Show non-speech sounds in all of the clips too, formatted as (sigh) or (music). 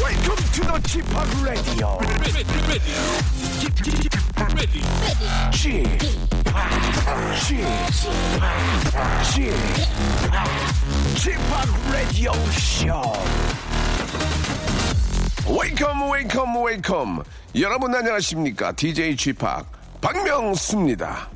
Welcome to the g p o p Radio. g p g p g p Radio Show. Welcome, welcome, welcome. 여러분 안녕하십니까? DJ g p 박명수입니다.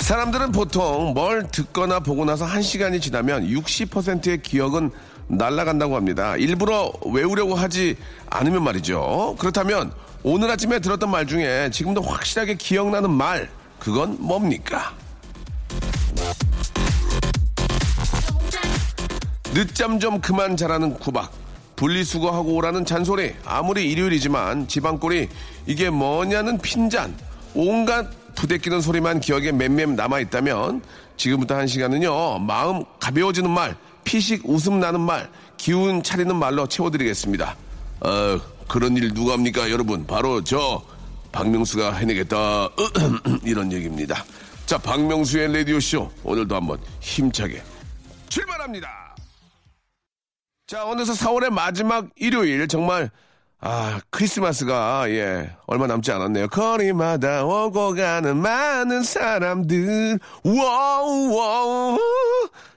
사람들은 보통 뭘 듣거나 보고 나서 한시간이 지나면 60%의 기억은 날아간다고 합니다. 일부러 외우려고 하지 않으면 말이죠. 그렇다면 오늘 아침에 들었던 말 중에 지금도 확실하게 기억나는 말, 그건 뭡니까? 늦잠 좀 그만 자라는 구박. 분리수거하고 오라는 잔소리. 아무리 일요일이지만 지방골이 이게 뭐냐는 핀잔. 온갖 부대끼는 소리만 기억에 맴맴 남아있다면 지금부터 한 시간은요. 마음 가벼워지는 말, 피식 웃음 나는 말, 기운 차리는 말로 채워드리겠습니다. 어, 그런 일 누가 합니까 여러분? 바로 저 박명수가 해내겠다. (clears throat) 이런 얘기입니다. 자, 박명수의 라디오쇼. 오늘도 한번 힘차게 출발합니다. 자, 오늘서 4월의 마지막 일요일 정말 아 크리스마스가 예 얼마 남지 않았네요. 거리마다 오고 가는 많은 사람들 와우 와우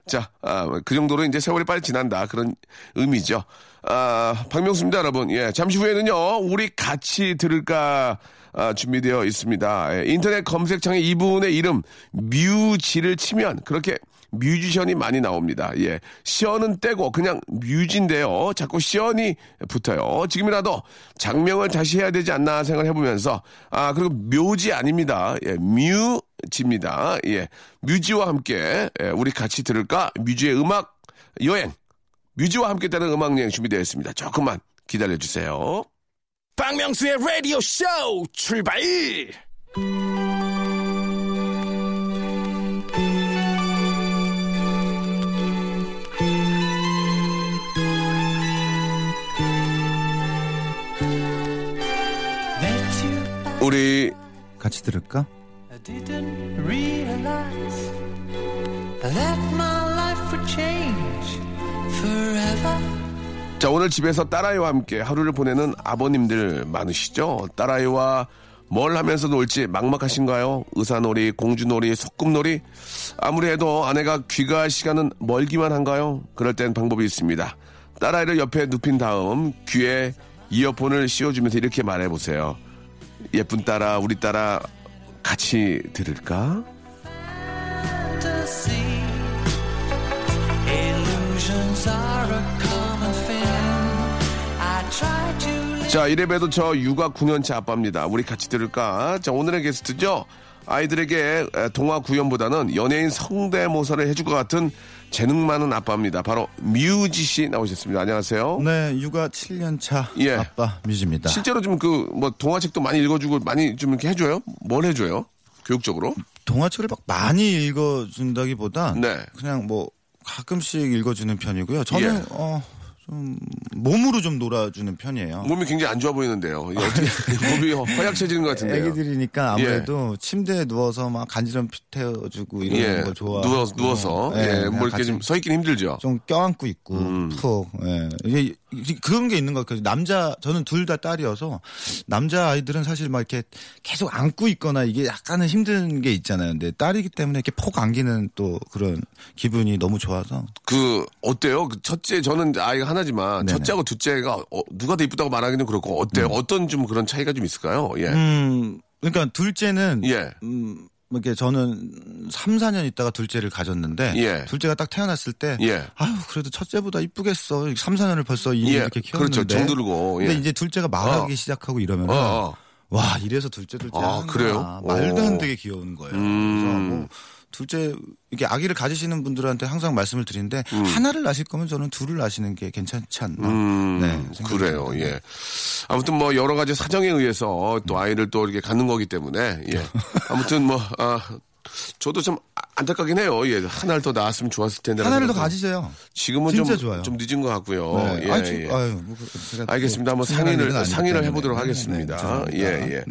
자, 아, 그 정도로 이제 세월이 빨리 지난다 그런 의미죠. 아, 박명수입니다, 여러분. 예, 잠시 후에는요 우리 같이 들을까 아, 준비되어 있습니다. 예, 인터넷 검색창에 이분의 이름 뮤지를 치면 그렇게 뮤지션이 많이 나옵니다. 예. 시연은 떼고 그냥 뮤지인데요. 자꾸 시연이 붙어요. 지금이라도 장명을 다시 해야 되지 않나 생각을 해보면서 아 그리고 묘지 아닙니다. 예. 뮤지입니다. 예. 뮤지와 함께 예, 우리 같이 들을까 뮤지의 음악 여행 뮤지와 함께 따는 음악 여행 준비되어 있습니다. 조금만 기다려 주세요. 박명수의 라디오 쇼 출발! 우리 같이 들을까? I didn't realize that my life would change forever. 자, 오늘 집에서 딸아이와 함께 하루를 보내는 아버님들 많으시죠? 딸아이와 뭘 하면서 놀지 막막하신가요? 의사놀이, 공주놀이, 소꿉놀이? 아무리 해도 아내가 귀가할 시간은 멀기만 한가요? 그럴 땐 방법이 있습니다. 딸아이를 옆에 눕힌 다음 귀에 이어폰을 씌워주면서 이렇게 말해보세요. 예쁜 딸아, 우리 딸아, 같이 들을까? Fantasy. Illusions are a common thing. I try to live 자, 이래봬도 저 육아 9년차 아빠입니다. 우리 같이 들을까? 자, 오늘의 게스트죠. 아이들에게 에, 동화 구연보다는 연예인 성대모사를 해줄 것 같은 재능 많은 아빠입니다. 바로 뮤지 씨 나오셨습니다. 안녕하세요. 네, 육아 7년 차 예. 아빠 뮤지입니다. 실제로 좀 그 뭐 동화책도 많이 읽어주고 많이 좀 이렇게 해줘요? 뭘 해줘요? 교육적으로? 동화책을 막 많이 읽어준다기보다 네. 그냥 뭐 가끔씩 읽어주는 편이고요. 저는 예. 어, 좀 몸으로 좀 놀아주는 편이에요. 몸이 굉장히 안 좋아 보이는데요. 이게 (laughs) 어떻게- 몸이 허약해지는 것 같은데요. 애기들이니까 아무래도 침대에 누워서 막 간지럼 태워주고 네, 이런 예, 거 좋아. 누워서, 누워서, 예, 뭐 이렇게 좀 서 있긴 힘들죠. 좀 껴안고 있고 음. 푹 예. 이게 이- 그런 게 있는 것 같아요. 남자 저는 둘 다 딸이어서 남자 아이들은 사실 막 이렇게 계속 안고 있거나 이게 약간은 힘든 게 있잖아요. 근데 딸이기 때문에 이렇게 폭 안기는 또 그런 기분이 너무 좋아서 그 어때요? 그 첫째 저는 아이가 하나지만 네네. 첫째하고 둘째가 어, 누가 더 이쁘다고 말하기는 그렇고 어때요? 어떤 좀 그런 차이가 좀 있을까요? 예. 음 그러니까 둘째는 예. 음, 이렇게 저는 3, 4년 있다가 둘째를 가졌는데 예. 둘째가 딱 태어났을 때 예. 아유 그래도 첫째보다 이쁘겠어. 3, 4년을 벌써 이 예. 이렇게 키웠는데 그렇죠. 정들고, 예. 근데 이제 둘째가 말하기 어. 시작하고 이러면 어, 어. 와 이래서 둘째 둘째 아, 하는구나. 그래요? 말도 오. 음. 안 되게 귀여운 거예요. 그래서 뭐 둘째 이렇게 아기를 가지시는 분들한테 항상 말씀을 드리는데 음. 하나를 낳으실 거면 저는 둘을 낳으시는 게 괜찮지 않나. 네, 생각이 음, 그래요. 듭니다. 예. 아무튼 뭐 여러 가지 사정에 의해서 또 아이를 또 이렇게 갖는 거기 때문에 (laughs) 예. 아무튼 뭐 아, 저도 참 안타깝긴 해요. 예. 하나를 더 낳았으면 좋았을 텐데. 하나를 더 가지세요. 지금은 진짜 좀, 좋아요. 좀 늦은 것 같고요. 네. 예, 아이, 저- 예. 아유, 뭐 그- 제가 또 알겠습니다. 한번 생각할 일은 상의를 아니기 상의를 때문에. 해보도록 네, 하겠습니다. 죄송합니다. 예 예.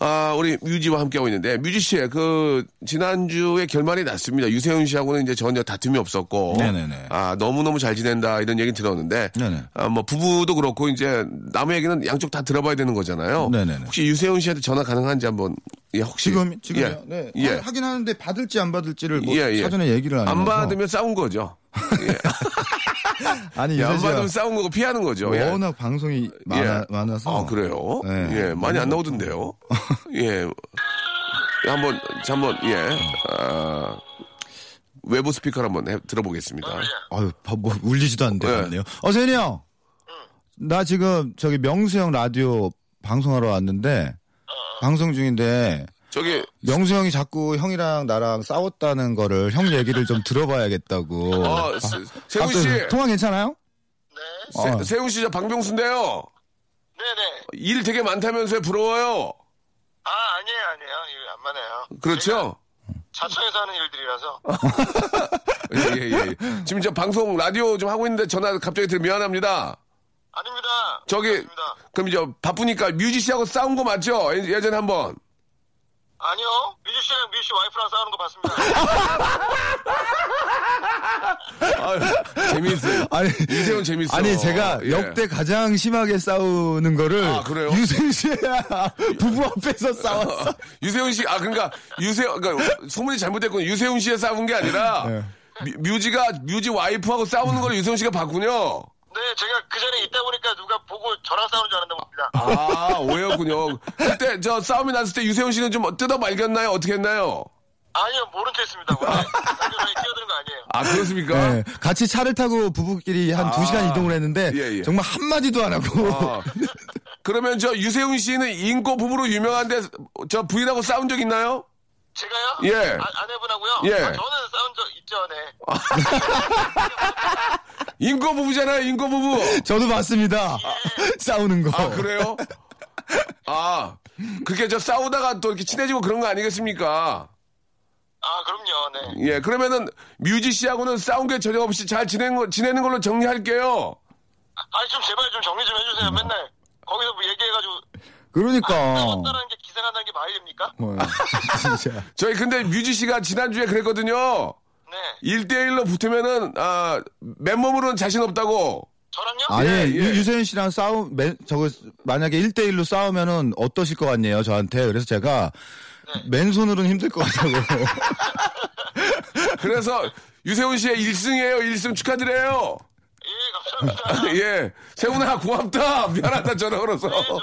아 우리 유지와 함께하고 있는데 유지 씨의 그 지난주에 결말이 났습니다. 유세윤 씨하고는 이제 전혀 다툼이 없었고, 네네네. 아 예. 너무 너무 잘 지낸다 이런 얘기 들었는데, 네네. 아뭐 부부도 그렇고 이제 남의 얘기는 양쪽 다 들어봐야 되는 거잖아요. 네네네. 혹시 유세윤 씨한테 전화 가능한지 한번 예 혹시 지금 지금 요 예. 네. 예. 아, 하긴 하는데 받을지 안 받을지를 뭐 예, 예. 사전에 얘기를 안 안 해서. 받으면 싸운 거죠. 아니 예, 안 이래서 받으면 싸운 거고 피하는 거죠. 예. 워낙 방송이 많아, 많아서 아, 그래요? 네. 뭐. 예, 많이 안 나오던데요? (laughs) 예. 한번, 한번, 예. 아, 외부 스피커를 한번 해- 들어보겠습니다. 아유, 바- 뭐 울리지도 예. 않네요. 어, 세이 형. 나 지금 저기 명수 형 라디오 방송하러 왔는데 방송 중인데 저기, 명수 형이 자꾸 형이랑 나랑 싸웠다는 거를 형 얘기를 좀 들어봐야겠다고. 어, 아, 세- 세훈 갑자기 씨. 통화 괜찮아요? 세, 어. 세훈 씨, 저 박명수인데요. 네네. 일 되게 많다면서요? 부러워요? 아, 아니에요, 아니에요. 이거 안 맞아요. 그렇죠? 자천에서 하는 일들이라서. (laughs) 예, 예, 예. 지금 저 방송, 라디오 좀 하고 있는데 전화 갑자기 들으면 미안합니다. 아닙니다. 저기, 아닙니다. 그럼 저 바쁘니까 뮤지 씨하고 싸운 거 맞죠? 예- 예전에 한 번. 아니요. 뮤지 씨랑 뮤지 씨 와이프랑 싸우는 거 봤습니다. 재미있어요. 아니 이세훈 재밌어. 아니 제가 예. 역대 가장 심하게 싸우는 거를 아, 그래요? 유승 씨의 (laughs) 부부 앞에서 싸웠어. 유세훈 씨, 아, 그러니까, 유세, 그러니까, 소문이 잘못됐군요. 유세훈 씨에 싸운 게 아니라, 예. 뮤, 뮤지가, 뮤지 와이프하고 싸우는 걸 유세훈 씨가 봤군요. 네, 제가 그 전에 있다 보니까 누가 보고 저랑 싸우는 줄 알았나 봅니다. 아, 오해였군요. 그때 저 싸움이 났을 때 유세훈 씨는 좀 뜯어 말겼나요? 어떻게 했나요? 아니요, 모른 척 했습니다. 원래 남녀사이 뛰어드는 거 아니에요. 아, 그렇습니까? 네, 같이 차를 타고 부부끼리 한 두 아. 2시간 이동을 했는데 예, 예. 정말 한마디도 안 하고 아, 그러면 저 유세훈 씨는 인고 부부로 유명한데, 저 부인하고 싸운 적 있나요? 제가요? 예. 아, 아내분하고요? 예. 아, 저는 싸운 적 있죠, 네. 인고 부부잖아요, 인고 부부. (laughs) 저도 봤습니다. (laughs) 싸우는 거. 아, 그래요? 아, 그게 저 싸우다가 또 이렇게 친해지고 그런 거 아니겠습니까? 아, 그럼요, 네. 예, 그러면은 뮤지 씨하고는 싸운 게 전혀 없이 잘 지내는, 지내는 걸로 정리할게요. 아니, 좀 제발 좀 정리 좀 해주세요, 맨날. 거기서 뭐 얘기해가지고 아. 그러니까. 싸웠다라는 게 기생한다는 게 말이 됩니까? 뭐, 진짜. 저희 근데 뮤지 씨가 지난주에 그랬거든요. 네. 1대1로 붙으면은, 아, 맨몸으로는 자신 없다고. 저랑요? (laughs) 아니, 예, 예. 유- 유세윤 씨랑 싸움, 맨- 저거, 만약에 1대1로 싸우면은 어떠실 것 같네요, 저한테. 그래서 제가 네. 맨손으로는 힘들 것 같다고. (laughs) 그래서 (laughs) 유세훈 씨의 1승이에요. 1승 축하드려요. 예, 감사합니다. 예. 세훈아, 고맙다. 미안하다. 전화 걸어서. 네, 전화주세요.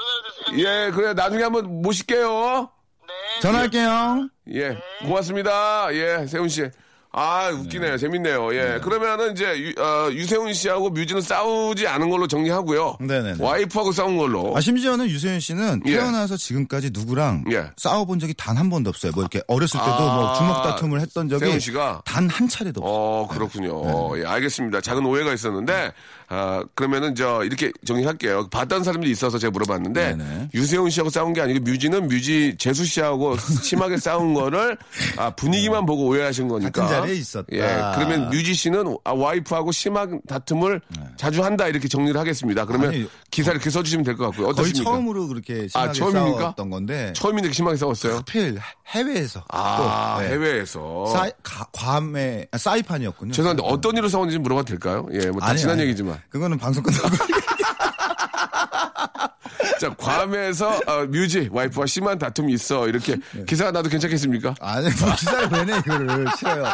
예, 그래. 나중에 한번 모실게요. 네. 전화할게요. 예, 고맙습니다. 예, 세훈 씨. 아, 웃기네요. 재밌네요. 예. 그러면은 이제 유, 어, 유세훈 씨하고 뮤지는 싸우지 않은 걸로 정리하고요. 네네네. 와이프하고 싸운 걸로. 아, 심지어는 유세윤 씨는 예. 태어나서 지금까지 누구랑 예. 싸워본 적이 단 한 번도 없어요. 뭐 이렇게 어렸을 때도 아, 뭐 주먹 다툼을 했던 적이 세훈 씨가? 단 한 차례도 없어요. 어, 그렇군요. 네. 어, 예, 알겠습니다. 작은 오해가 있었는데, 아, 그러면은 저 이렇게 정리할게요. 봤던 사람들이 있어서 제가 물어봤는데, 네네. 유세훈 씨하고 싸운 게 아니고 뮤지는 뮤지 재수 씨하고 심하게 싸운 거를 아, 분위기만 보고 오해하신 거니까. 네. 같은 자리에 있었다. 예, 그러면 뮤지 씨는 아, 와이프하고 심한 다툼을 자주 한다 이렇게 정리를 하겠습니다. 그러면 네. 아니, 어, 기사를 이렇게 써주시면 될 것 같고요. 거의 어떻습니까? 처음으로 네. 그렇게 아, 심하게 처음입니까? 싸웠던 건데 처음인데 이렇게 심하게 싸웠어요. 하필 해외에서 아, 또, 네. 해외에서. 사이, 가- 괌에 아, 사이판이었군요. 죄송한데 어떤 일로 싸웠는지 물어봐도 될까요? 예, 뭐다 아니요, 지난 아니요. 얘기지만. 그거는 (laughs) 방송 끝나고 자, 괌에서 어, 뮤지 와이프와 심한 네. 다툼이 있어. 이렇게 기사가 나도 괜찮겠습니까? 아니 뭐 기사를 왜내 이거를 싫어요.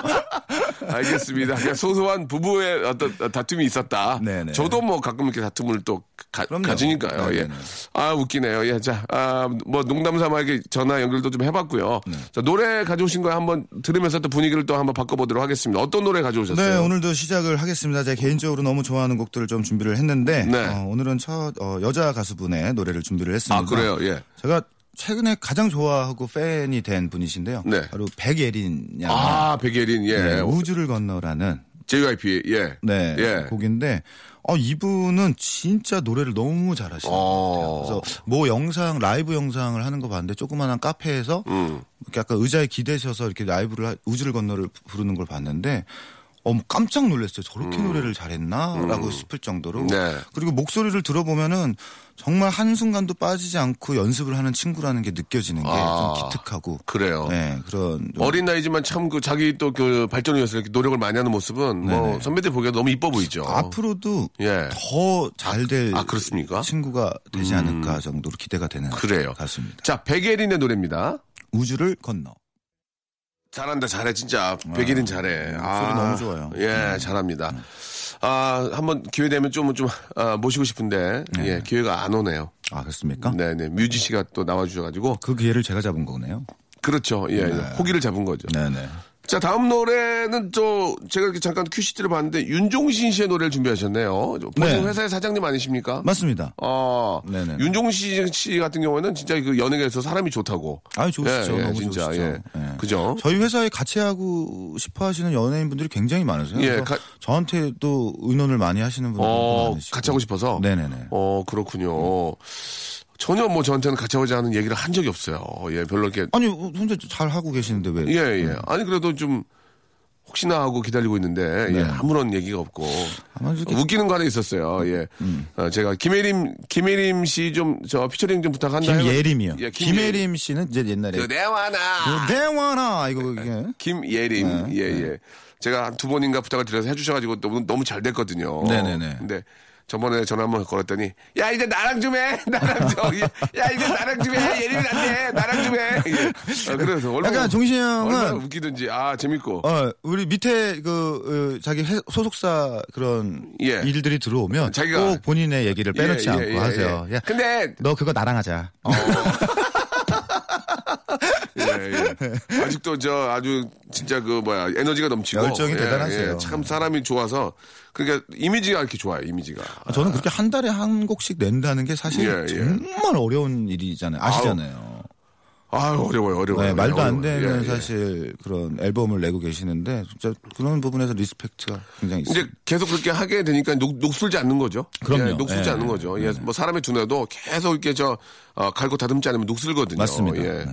알겠습니다. 그냥 소소한 부부의 어떤 다툼이 있었다. 네네. 저도 뭐 가끔 이렇게 다툼을 또 가, 그럼요. 지니까요 예. 네네네. 아 웃기네요. 예, 자, 아, 뭐 농담 삼아 이렇게 전화 연결도 좀 해봤고요. 네. 자, 노래 가져오신 거 한번 들으면서 또 분위기를 또 한번 바꿔보도록 하겠습니다. 어떤 노래 가져오셨어요? 네, 오늘도 시작을 하겠습니다. 제가 개인적으로 너무 좋아하는 곡들을 좀 준비를 했는데 네. 어, 오늘은 첫 어, 여자 가수분의 노래를 준비를 했습니다. 아 그래요. 예. 제가 최근에 가장 좋아하고 팬이 된 분이신데요. 네. 바로 백예린 양. 아 백예린 예. 네, 우주를 건너라는 JYP 예. 네, 예. 곡인데 어, 이분은 진짜 노래를 너무 잘하시는 어. 그래서 뭐 영상 라이브 영상을 하는 거 봤는데 조그만한 카페에서 음. 이렇게 약간 의자에 기대셔서 이렇게 라이브를 하- 우주를 건너를 부르는 걸 봤는데 어 깜짝 놀랐어요. 저렇게 노래를 잘했나라고 싶을 정도로 음. 네. 그리고 목소리를 들어보면은 정말 한 순간도 빠지지 않고 연습을 하는 친구라는 게 느껴지는 게 좀 아. 어. 기특하고 그래요. 네 그런 좀- 어린 나이지만 참 그 자기 또 그 발전을 위해서 이렇게 노력을 많이 하는 모습은 뭐 선배들 보기에 너무 이뻐 보이죠. 앞으로도 어. 예. 더 잘 될 아, 그렇습니까? 음. 친구가 되지 않을까 정도로 기대가 되는 그래요. 같습니다. 자, 백예린의 노래입니다. 우주를 건너. 잘한다, 잘해, 진짜. 백일은 잘해. 네. 음, 목소리 너무 좋아요. 네. 음. 예, 잘합니다. 아, 한번 기회 되면 좀, 좀, 아, 모시고 싶은데, 예, 기회가 안 오네요. 네. 아 그렇습니까? 네네. 뮤지 씨가 또 나와주셔가지고. 그 기회를 제가 잡은 거네요. 그렇죠. 예, 호기를 잡은 거죠. 네네. 자, 다음 노래는 또, 제가 이렇게 잠깐 큐시트를 봤는데, 윤종신 씨의 노래를 준비하셨네요. 본인 네. 회사의 사장님 아니십니까? 맞습니다. 어, 네네. 윤종신 씨 같은 경우에는 진짜 그 연예계에서 사람이 좋다고. 아유 좋으시죠. 예, 예, 너무 진짜, 좋으시죠. 예. 예. 그죠? 저희 회사에 같이 하고 싶어 하시는 연예인분들이 굉장히 많으세요. 예, 그래서 가- 저한테도 의논을 많이 하시는 분들도 어, 많으시고. 같이 하고 싶어서? 네네네. 어, 그렇군요. 전혀 뭐 저한테는 같이 하자는 얘기를 한 적이 없어요. 예, 별로 이렇게. 아니 네. 음. 혼자 잘 하고 계시는데 왜? 예, 예. 아니, 그래도 좀 혹시나 하고 기다리고 있는데, 네. 예, 아무런 얘기가 없고. 아마 이렇게- 웃기는 거 하나 있었어요. 예. 음. 어, 제가 김혜림, 김혜림 씨 좀, 저, 피처링 좀 부탁한다. 김예림이요. 해가- 예, 김예림. 그 네. 김예림 네. 씨는 이제 옛날에 그대와나. 그대와나 이거 이게 네, 김예림. 예, 예. 제가 한 두 번인가 부탁을 드려서 해주셔가지고 너무, 너무 잘 됐거든요. 네네네. 근데 저번에 전화 한번 걸었더니, 야, 이제 나랑 좀 해! (laughs) 나랑 좀! 야, 야, 이제 나랑 좀 해! 예림이 안 돼! 나랑 좀 해! 예. 아, 그래서 얼마나. 약간 종신 형은- 얼마나 웃기든지, 아, 재밌고. 어, 우리 밑에 그 어, 자기 회- 소속사 그런 예. 일들이 들어오면 자기가- 꼭 본인의 얘기를 빼놓지 예, 예, 않고 예, 하세요. 예. 야, 근데 너 그거 나랑 하자. 예, (laughs) 예. 아직도 저 아주 진짜 그 뭐야 에너지가 넘치고 열정이 예, 대단하세요. 예. 참 사람이 좋아서 그러니까 이미지가 이렇게 좋아요 이미지가. 저는 그렇게 한 달에 한 곡씩 낸다는 게 사실 예, 예. 정말 어려운 일이잖아요. 아시잖아요. 아유 어려워요 어려워요. 네, 말도 안 어려워요. 되는 예, 예. 사실 그런 앨범을 내고 계시는데 진짜 그런 부분에서 리스펙트가 굉장히 이제 있습니다. 계속 그렇게 하게 되니까 녹, 녹슬지 않는 거죠. 그럼요. 예, 녹슬지 예, 않는 거죠. 예, 뭐 사람의 두뇌도 계속 이렇게 저 어, 갈고 다듬지 않으면 녹슬거든요. 맞습니다. 예. 네.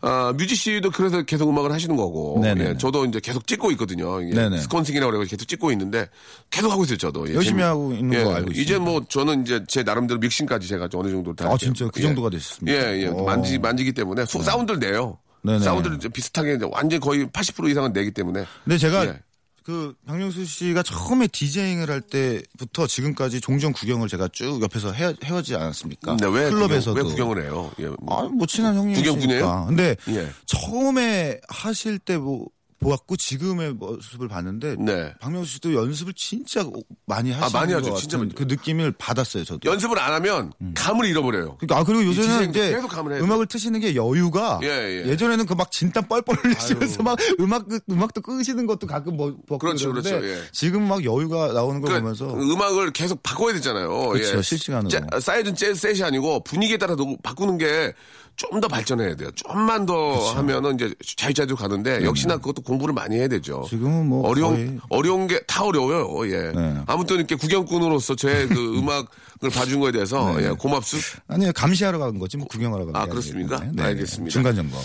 아, 뮤지 씨도 그래서 계속 음악을 하시는 거고. 네네네. 예, 저도 이제 계속 찍고 있거든요. 예, 네네. 스콘싱이라고 그래서 계속 찍고 있는데 계속 하고 있어요, 저도. 예, 열심히 재미- 하고 있는 거 알고 이제 있습니다. 뭐 저는 이제 제 나름대로 믹싱까지 제가 좀 어느 정도 다. 아, 할게요. 진짜 그 예. 정도가 어. 되셨습니까? 예, 예. 오. 만지, 만지기 때문에 소- 사운드를 내요. 네네. 사운드를 이제 비슷하게 이제 완전 거의 80% 이상은 내기 때문에. 근데 제가 예. 그 박명수 씨가 처음에 디제잉을 할 때부터 지금까지 종종 구경을 제가 쭉 옆에서 해, 헤어지지 않았습니까? 근데 네, 왜 그러니까 클럽에서도 구경, 왜 구경을 해요? 예. 아, 뭐 친한 구경꾼이에요? 형님이니까. 근데 예. 처음에 하실 때 뭐, 보았고 지금의 모습을 봤는데 네. 아, 박명수 씨도 연습을 진짜 많이 하시는 많이 것 하죠. 같은 진짜 많이. 그 느낌을 받았어요, 저도. 연습을 안 하면 음. 감을 잃어버려요. 그러니까 아 그리고 디제잉 요새는 이제 계속 감을 해야 음악을 트시는 게 여유가 예, 예. 전에는 그 막 진땀 뻘뻘 흘리시면서 막 음악 끄- 음악도 끄시는 것도 가끔 뭐 먹고 그렇죠, 그러는데 그렇죠, 예. 지금 막 여유가 나오는 걸 그러니까 보면서 음악을 계속 바꿔야 되잖아요. 그렇죠, 실시간으로. 짜- 사이즈는 재 셋이 아니고 분위기에 따라 너무 바꾸는 게 좀 더 발전해야 돼요. 좀만 더 그렇죠. 하면은 이제 자유자재로 가는데 역시나 그것도 공부를 많이 해야 되죠. 음. 지금은 뭐 어려운 거의- 어려운 게 다 어려워요. 예. 네. 아무튼 이렇게 구경꾼으로서 제 (laughs) 그 음악을 봐준 거에 대해서 네. 예, 고맙습. 아니요 감시하러 간 거지 뭐 구경하러 간 거. 아, 그렇습니까? 알겠습니다. 네, 중간 점검.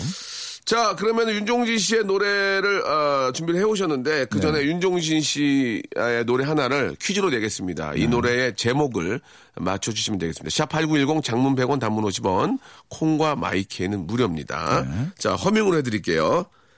자, 그러면 윤종신 씨의 노래를 어, 준비를 해오셨는데 그 전에 윤종신 씨의 노래 하나를 퀴즈로 내겠습니다. 이 노래의 제목을 맞춰주시면 되겠습니다. 샵 8910 장문 100원 단문 50원 콩과 마이키에는 무료입니다. 자, 허밍으로 해드릴게요.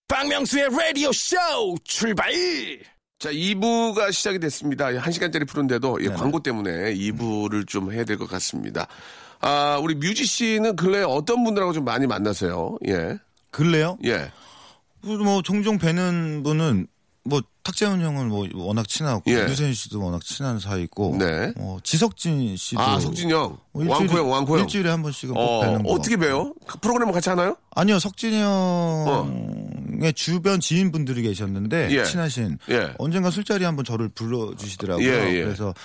박명수의 라디오 쇼 출발. 자, 2부가 시작이 됐습니다. 1시간짜리 푸른데도 이 광고 때문에 2부를 좀 해야 될 것 같습니다. 아, 우리 뮤지 씨는 근래에 어떤 분들하고 좀 많이 만나세요? 예. 글래요? 예. 그래도 뭐 종종 뵈는 분은 뭐 탁재훈 형은 뭐 워낙 친하고 예. 유세윤 씨도 워낙 친한 사이고 네. 어, 지석진 씨도 아, 석진이 형. 뭐 일주일에- 왕코 형, 왕코 형. 일주일에 한 번씩은 꼭 어, 뵈는 거 어떻게 봬요? 그 프로그램을 같이 하나요? 아니요, 석진이 형의 주변 지인분들이 계셨는데 예. 친하신 예. 언젠가 술자리 한번 저를 불러주시더라고요. 예, 예. 그래서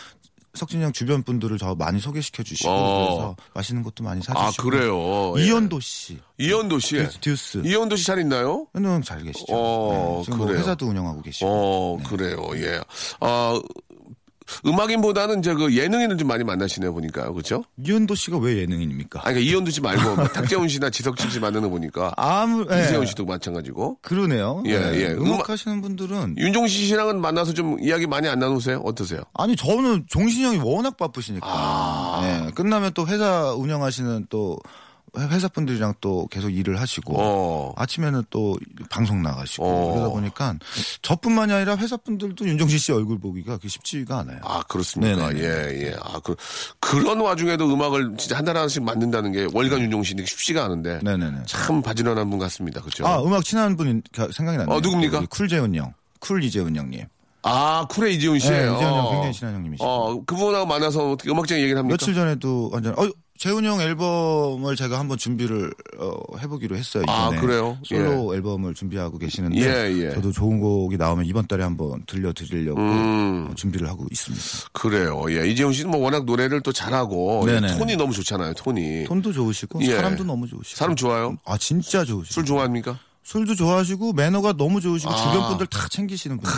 석진이 형 주변 분들을 저 많이 소개시켜 주시고 어. 그래서 맛있는 것도 많이 아, 사주시고 그래요. 예. 이현도 씨, 이현도 씨. 듀스, 듀스. 이현도 씨 잘 있나요? 현도 형 잘 계시죠? 어, 지금 뭐 그래요. 회사도 운영하고 계시고 어, 그래요. 예. 아, 음악인보다는 이제 그 예능인을 좀 많이 만나시네요, 보니까. 그렇죠? 이현도 씨가 왜 예능인입니까? 아니, 그러니까 이현도 씨 말고 뭐 탁재훈 씨나 지석진 씨 만나는 거 보니까 아무 예. 이세훈 씨도 마찬가지고. 그러네요. 예, 네. 예. 음악, 음악- 하시는 분들은 윤종신 씨랑은 만나서 좀 이야기 많이 안 나누세요? 어떠세요? 아니 저는 종신이 형이 워낙 바쁘시니까 아. 예, 끝나면 또 회사 운영하시는 또 회- 회사 분들이랑 또 계속 일을 하시고 어. 아침에는 또 방송 나가시고 어. 그러다 보니까 저뿐만이 아니라 회사 분들도 윤종신 씨 얼굴 보기가 그렇게 쉽지가 않아요. 아, 그렇습니까? 네네네. 예, 예. 아, 그, 그런 와중에도 음악을 진짜 한 달 하나씩 만든다는 게 월간 윤종신이 쉽지가 않은데. 네네네. 참 바지런한 분 같습니다. 그렇죠? 그죠? 아 음악 친한 분이 가- 생각이 나네요. 어, 누굽니까? 우리 쿨재훈 형, 쿨 이재훈 형님. 아, 쿨의 이재훈 씨예요 네, 이재훈 형 굉장히 친한 형님이시죠. 어, 그분하고 만나서 어떻게 음악적인 얘기를 합니까? 며칠 전에도 완전 어 재훈이 형 앨범을 제가 한번 준비를 어, 해보기로 했어요. 아, 이번에. 그래요? 솔로 앨범을 준비하고 계시는데 예, 예. 저도 좋은 곡이 나오면 이번 달에 한번 들려드리려고 음. 어, 준비를 하고 있습니다. 그래요. 예. 이재훈 씨는 뭐 워낙 노래를 또 잘하고 예, 네네. 톤이 너무 좋잖아요. 톤이. 돈도 좋으시고 예. 사람도 너무 좋으시고 사람 좋아요? 아 진짜 좋으시고 술 좋아합니까? 술... 도 좋아하시고 매너가 너무 좋으시고 아. 주변 분들 다 챙기시는 분.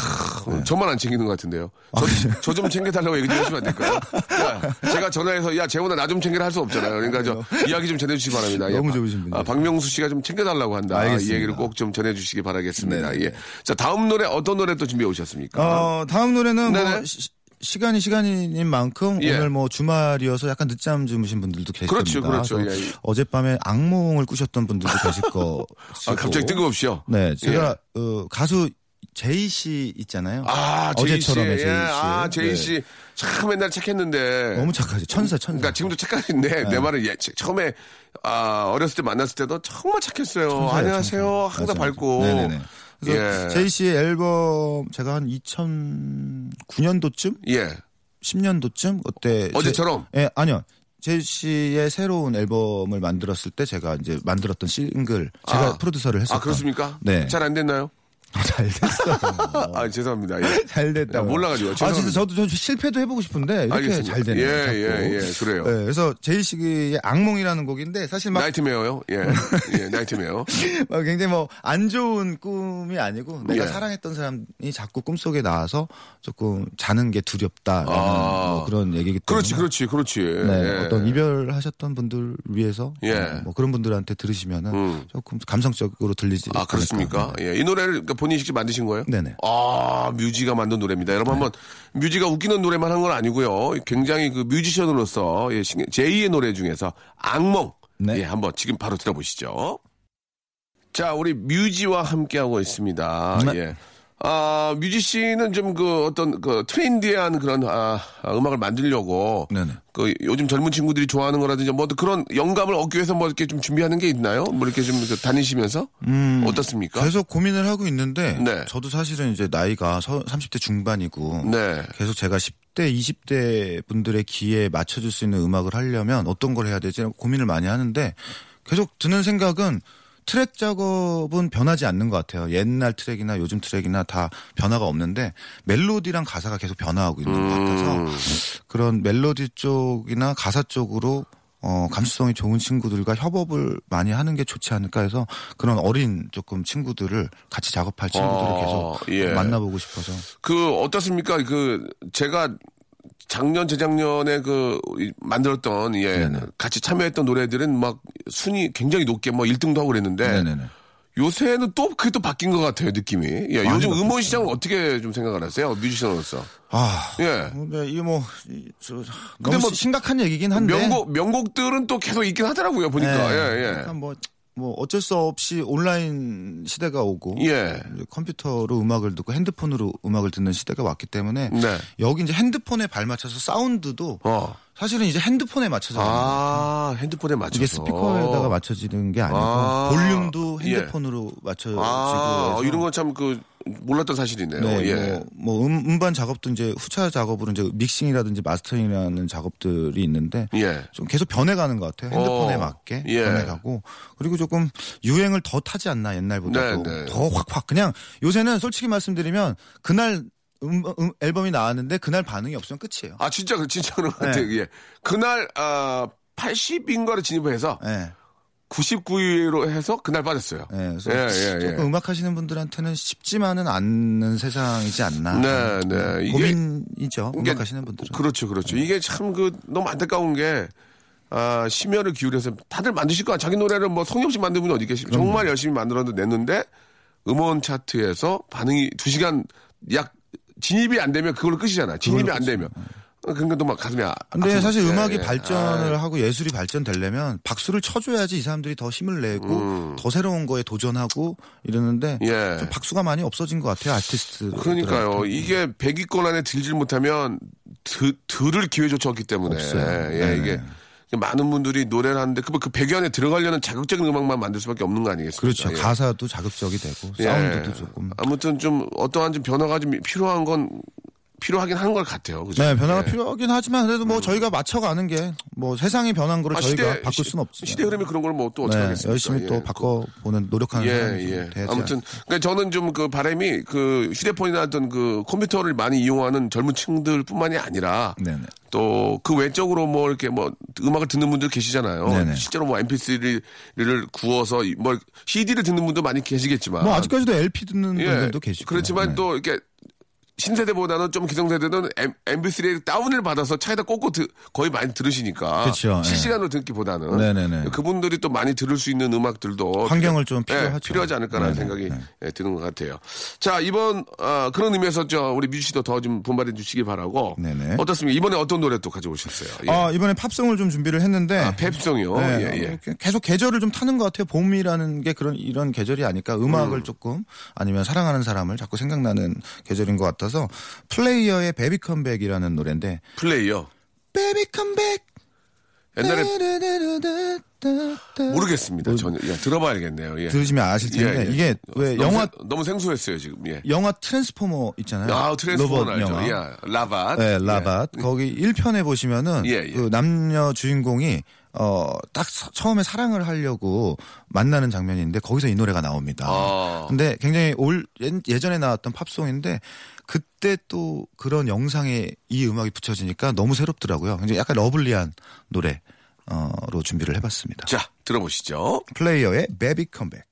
어, 저만 안 챙기는 것 같은데요. 아, 저 좀 챙겨달라고 얘기 좀 해주시면 안 될까요? 야, 제가 전화해서 야 재훈아 나 좀 챙기라 할 수 없잖아요. 그러니까 저 이야기 좀 전해주시기 바랍니다. 너무 예, 좋으신 분이에요. 아, 박명수 씨가 좀 챙겨달라고 한다. 알겠습니다. 이 얘기를 꼭 좀 전해주시기 바라겠습니다. 예. 자 다음 노래 어떤 노래 또 준비해 오셨습니까? 어 다음 노래는 네네. 뭐 시, 간이 시간인 만큼 예. 오늘 뭐 주말이어서 약간 늦잠 주무신 분들도 계실 그렇죠, 겁니다. 그렇죠. 그래서 예. 어젯밤에 악몽을 꾸셨던 분들도 (laughs) 계실 거. 아 갑자기 뜬금없이요. 네, 제가 어, 가수 제이 씨 있잖아요. 아 제이 씨, 어제처럼의 예, 제이 씨. 아 제이 네. 씨 참 맨날 착했는데 너무 착하지 천사 천사. 예. 그러니까 지금도 착각인데 네. 내 말을 예, 지- 처음에 아, 어렸을 때 만났을 때도 정말 착했어요. 천사예요, 안녕하세요. 천사. 항상 맞아요. 밝고. 네네네. 그래서 예. 제이 씨의 앨범 제가 한 2009년도쯤, 예. 10년도쯤 그때 어제처럼? 제- 예, 아니요. 제이 씨의 새로운 앨범을 만들었을 때 제가 이제 만들었던 싱글 제가 아. 프로듀서를 했었던 아 그렇습니까? 네. 잘 안 됐나요? (laughs) 잘 됐어. 아 죄송합니다. 예. (laughs) 잘 됐다. 야, 몰라가지고. 아, 죄송합니다. 진짜 저도 저 실패도 해보고 싶은데 이렇게 알겠습니다. 잘 되네요. 예, 자꾸. 예, 예, 그래요. 예, 그래서 제이 씨의 악몽이라는 곡인데 사실 막, 나이트메어요. 예. 예. (laughs) 나이트메어. 막 굉장히 뭐 안 좋은 꿈이 아니고 내가 예. 사랑했던 사람이 자꾸 꿈속에 나와서 조금 자는 게 두렵다라는 아. 뭐 그런 얘기기 때문에. 그렇지, 그렇지, 그렇지. 네, 예. 어떤 이별하셨던 분들 위해서 예. 음. 어, 뭐 그런 분들한테 들으시면은 조금 감성적으로 들리지. 아 그렇습니까? 않을까. 예. 이 노래를 그러니까 본인이 직접 만드신 거예요? 네. 네네. 네. 아 뮤지가 만든 노래입니다. 여러분 한번 뮤지가 웃기는 노래만 한 건 아니고요. 굉장히 그 뮤지션으로서 예, 신- 제2의 노래 중에서 악몽. 네. 예, 한번 지금 바로 들어보시죠. 자, 우리 뮤지와 함께하고 있습니다. 네. 예. 아, 뮤지 씨는 좀 그 어떤 그 트렌디한 그런 아, 아, 음악을 만들려고 네네. 그 요즘 젊은 친구들이 좋아하는 거라든지 뭐 어떤 그런 영감을 얻기 위해서 뭐 이렇게 좀 준비하는 게 있나요? 뭐 이렇게 좀그 다니시면서 음. 어떻습니까? 계속 고민을 하고 있는데 그러니까 네. 저도 사실은 이제 나이가 서- 30대 중반이고 네. 계속 제가 10대, 20대 분들의 귀에 맞춰줄 수 있는 음악을 하려면 어떤 걸 해야 되지 고민을 많이 하는데 계속 드는 생각은 트랙 작업은 변하지 않는 것 같아요. 옛날 트랙이나 요즘 트랙이나 다 변화가 없는데 멜로디랑 가사가 계속 변화하고 있는 것 음. 같아서 그런 멜로디 쪽이나 가사 쪽으로 어, 감수성이 좋은 친구들과 협업을 많이 하는 게 좋지 않을까 해서 그런 어린 조금 친구들을 같이 작업할 친구들을 아, 계속 예. 만나보고 싶어서 그 어떻습니까? 그 제가 작년 재작년에 그 이- 만들었던 예 같이 참여했던 노래들은 막 순위 굉장히 높게 뭐 1등도 하고 그랬는데 네네네. 요새는 또 그게 또 바뀐 것 같아요 느낌이. 예, 요즘 음원 시장을 어떻게 좀 생각을 하세요? 뮤지션으로서. 아, 예. 근데 이뭐 근데 너무 뭐 시- 심각한 얘기긴 한데 명곡 명곡들은 또 계속 있긴 하더라고요 보니까. 예, 예. 약간 뭐, 뭐 어쩔 수 없이 온라인 시대가 오고 예. 이제 컴퓨터로 음악을 듣고 핸드폰으로 음악을 듣는 시대가 왔기 때문에 네. 여기 이제 핸드폰에 발맞춰서 사운드도 어. 사실은 이제 핸드폰에 맞춰서 나가는 거예요. 아 핸드폰에 맞춰서. 이게 스피커에다가 맞춰지는 게 아니고 아. 볼륨도 예. 핸드폰으로 맞춰지고 아 해서 이런 건 참 그 몰랐던 사실이네요. 네, 예. 뭐, 뭐 음, 반 작업도 이제 후차 작업으로 이제 믹싱이라든지 마스터링이라는 작업들이 있는데 예. 좀 계속 변해가는 것 같아요. 핸드폰에 어, 맞게 예. 변해가고 그리고 조금 유행을 더 타지 않나 옛날보다 네, 네. 더 확확 그냥 요새는 솔직히 말씀드리면 그날 음, 음, 앨범이 나왔는데 그날 반응이 없으면 끝이에요. 아 진짜 (laughs) 그 진짜 그런 것 같아요. 네. 예. 그날 아 80인가를 진입해서 예. 99위로 해서 그날 빠졌어요. 예, 그래서 예, 예, 예. 조금 음악 하시는 분들한테는 쉽지만은 않는 세상이지 않나. 네, 네. 이게- 아, 고민이죠. 이게- 음악 하시는 분들은. 네. 그렇죠, 그렇죠. 이게 참 그 너무 안타까운 게 아, 심혈을 기울여서 다들 만드실 거야. 자기 노래를 뭐 성의 없이 만든 분이 어디 계십니까? 정말 열심히 만들어서 냈는데 음원 차트에서 반응이 2시간 약 진입이 안 되면 그걸로 끝이잖아. 진입이 안 되면. 어, 그런 것도 막 가슴이 아. 근데 아픈 사실 거지. 음악이 예, 예. 발전을 하고 예술이 발전되려면 박수를 쳐줘야지 이 사람들이 더 힘을 내고 더 새로운 거에 도전하고 이러는데 음. 예. 좀 박수가 많이 없어진 것 같아요 아티스트. 그러니까요. 이게 음. 100위권 안에 들질 못하면 드, 들을 기회조차 없기 때문에. 없어요. 예, 네네. 이게 많은 분들이 노래를 하는데 그, 그 100위 안에 들어가려는 자극적인 음악만 만들 수밖에 없는 거 아니겠습니까? 그렇죠. 예. 가사도 자극적이 되고 예. 사운드도 조금. 아무튼 좀 어떠한 좀 변화가 좀 필요한 건 필요하긴 한 것 같아요. 그죠? 네, 변화가 예. 음. 필요하긴 하지만 그래도 뭐 저희가 맞춰가는 게 뭐 세상이 변한 거를 아, 저희가 시대- 바꿀 시- 순 없죠. 시대 흐름이 그런 걸 뭐 또 어떻게 네, 하겠습니까? 열심히 예. 또 바꿔보는 노력하는 사람이 좀 예, 예. 돼야지 아무튼 그러니까 저는 좀 그 바람이 그 휴대폰이나 어떤 그 컴퓨터를 많이 이용하는 젊은 층들뿐만이 아니라 네네. 또 그 외적으로 뭐 이렇게 뭐 음악을 듣는 분들 계시잖아요. 네네. 실제로 뭐 MP3를 구워서 이- 뭐 CD를 듣는 분도 많이 계시겠지만 뭐 아직까지도 LP 듣는 분들도 네. 계시고 예. 그렇지만 또 이렇게 신세대보다는 좀 기성세대는 MP3에 다운을 받아서 차에다 꽂고 드- 거의 많이 들으시니까 그쵸, 예. 실시간으로 듣기보다는 네네네. 그분들이 또 많이 들을 수 있는 음악들도 필요- 환경을 좀 필요하죠. 예, 필요하지 않을까라는 네네, 생각이 네. 예, 드는 것 같아요. 자 이번 아, 그런 의미에서 저 우리 뮤지 씨도 더 좀 분발해 주시기 바라고 네네. 어떻습니까? 이번에 어떤 노래 또 가져오셨어요? 예. 아, 이번에 팝송을 좀 준비를 했는데 아, 펩송이요. 네, 예, 예. 이렇게 계속 계절을 좀 타는 것 같아요. 봄이라는 게 그런 이런 계절이 아닐까. 음악을 조금 아니면 사랑하는 사람을 자꾸 생각나는 계절인 것 같아서 플레이어의 베비 컴백이라는 노래인데 플레이요. 베비 컴백 옛날에 네. 따라라라라따따. 모르겠습니다. 저는 예, 들어봐야겠네요. 예. 들으시면 아실 텐데 이게 왜 너무 영화 생- 너무 생소했어요 지금. 예. 영화 트랜스포머 있잖아요. 아, 트랜스포머 로봇 알죠. 영화. 예, 라밭. 네, 라밭. 거기 1편에 보시면은 예, 예. 그 남녀 주인공이 어, 딱 서- 처음에 사랑을 하려고 만나는 장면인데 거기서 이 노래가 나옵니다. 아. 근데 굉장히 올 예- 예전에 나왔던 팝송인데 그때 또 그런 영상에 이 음악이 붙여지니까 너무 새롭더라고요. 굉장히 약간 러블리한 노래 어로 준비를 해 봤습니다. 예. 자, 들어보시죠. 플레이어의 베비 컴백.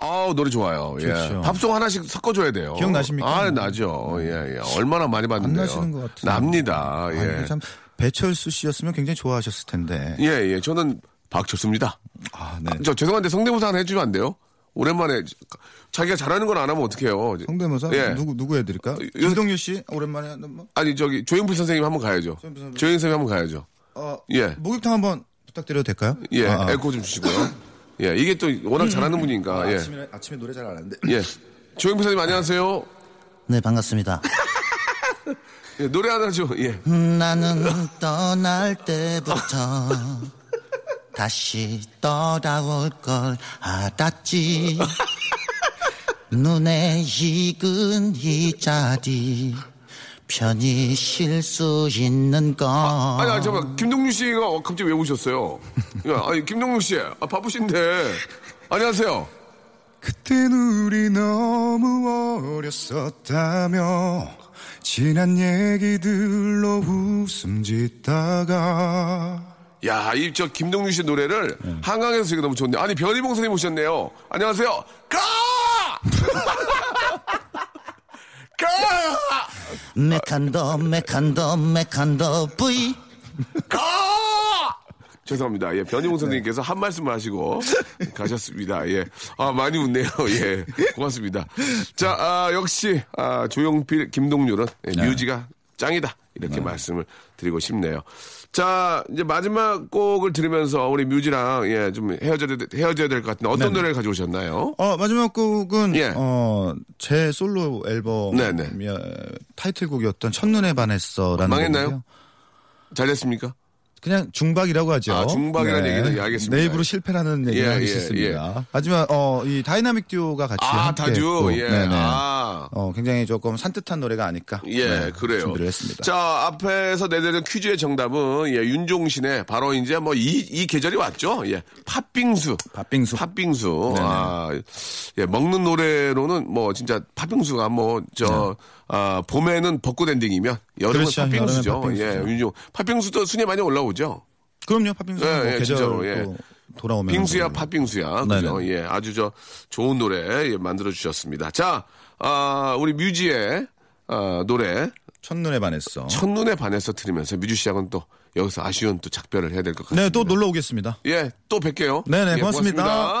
아우, 노래 좋아요. 예. 좋죠. 팝송 하나씩 섞어줘야 돼요. 기억나십니까? 네. 아, 나죠. 예, 예. 얼마나 많이 안 봤는데요. 나시는 것 같은데. 납니다. 아니, 예. 그참 배철수 씨였으면 굉장히 좋아하셨을 텐데. 예, 예. 저는 박철수입니다. 아, 네. 저 죄송한데 성대모사 하나 해주면 안 돼요? 오랜만에 자기가 잘하는 건 안 하면 어떡해요. 성대모사 예. 누구 누구 해드릴까? 요- 김동률 씨 오랜만에 한번 뭐? 아니, 저기 조영필 선생님 한번 가야죠. 선생님. 조영필 선생님 한번 가야죠. 어, 예. 목욕탕 한번 부탁드려도 될까요? 예. 아, 아. 에코 좀 주시고요. 예. 이게 또 (laughs) 워낙 잘하는 분이니까. 예. 아침에 아침에 노래 잘 안 하는데. 예. 조영필 선생님 안녕하세요. 네 반갑습니다. 예, 노래 하나 좀, 예. 나는 떠날 때부터 다시 돌아올 걸 알았지. 눈에 익은 이 자리 편히 쉴 수 있는 건 아니, 아니 잠깐 김동률 씨가 어, 갑자기 왜 오셨어요? 야, 아니 김동률 씨, 아, 바쁘신데. 안녕하세요. 그땐 우리 너무 어렸었다며 지난 얘기들로 웃음 짓다가 야, 이 저 김동률 씨 노래를 한강에서 지금 너무 좋은데. 아니 변희봉 선생님 오셨네요. 안녕하세요. 가! (laughs) 가! 메칸더 메칸더 메칸더 부이 죄송합니다. 예, 변희봉 선생님께서 한 말씀을 하시고 가셨습니다. 예. 아, 많이 웃네요. 예. 고맙습니다. 자, 아, 역시, 아, 조용필, 김동률은 예, 네. 뮤지가 짱이다. 이렇게 말씀을 드리고 싶네요. 자, 이제 마지막 곡을 들으면서 우리 뮤지랑 예, 좀 헤어져야, 돼- 헤어져야 될 것 같은데 어떤 노래를 가져오셨나요? 어, 마지막 곡은 예. 어, 제 솔로 앨범 네네. 타이틀곡이었던 첫눈에 반했어라는 망했나요? 곡인데요. 잘 됐습니까? 그냥 중박이라고 하죠. 네. 아, 중박이라는 얘기는 예, 알겠습니다. 내 입으로 실패라는 얘기를 예, 하고 예, 있었습니다. 하지만 어, 이 다이나믹 듀오가 같이 아, 함께 다듀. 했고, 예. 네네. 아. 어, 굉장히 조금 산뜻한 노래가 아닐까. 예, 네, 그래요. 준비를 했습니다. 자, 앞에서 내드린 퀴즈의 정답은, 예, 윤종신의 바로 이제 뭐 이, 이 계절이 왔죠? 예, 팥빙수. 팥빙수. 팥빙수. 아, 예, 먹는 노래로는 뭐 진짜 팥빙수가 뭐, 저, 아, 봄에는 벚꽃 엔딩이면 여름은 네. 그렇죠. 팥빙수죠. 여름엔 팥빙수죠. 예, 윤종. 팥빙수도 순위 많이 올라오죠? 그럼요, 팥빙수. 예, 뭐 예, 계절 진짜로, 예. 또 돌아오면 빙수야 또- 팥빙수야 그죠 네네. 예 아주 저 좋은 노래 예, 만들어 주셨습니다 자 아, 우리 뮤지의 아, 노래 첫눈에 반했어. 첫눈에 반해서 들으면서 뮤지 씨하고는 또 여기서 아쉬운 또 작별을 해야 될 것 같습니다 네, 또 놀러 오겠습니다. 예, 또 뵐게요. 네네, 예, 고맙습니다.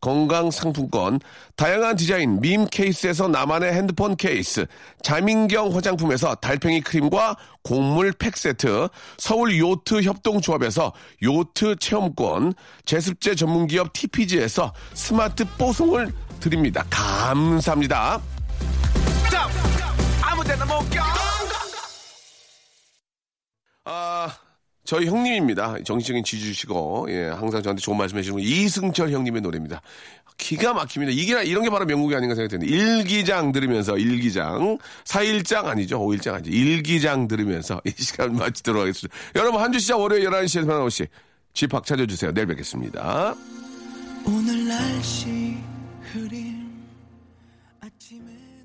건강 상품권, 다양한 디자인 밈 케이스에서 나만의 핸드폰 케이스, 자민경 화장품에서 달팽이 크림과 곡물 팩 세트, 서울 요트 협동조합에서 요트 체험권, 제습제 전문기업 TPG에서 스마트 뽀송을 드립니다. 감사합니다. 아, 저희 형님입니다. 정신적인 지지 주시고, 예, 항상 저한테 좋은 말씀 해주시는 이승철 형님의 노래입니다. 기가 막힙니다. 이게, 이런 게 바로 명곡이 아닌가 생각되는데, 일기장 들으면서, 일기장. 사일장 아니죠? 오일장 아니죠? 일기장 들으면서 이 시간 마치도록 하겠습니다. 여러분, 한 주 시작 월요일 11시에 하나씩 집합 찾아주세요. 내일 뵙겠습니다. 오늘 날씨 흐린 아침에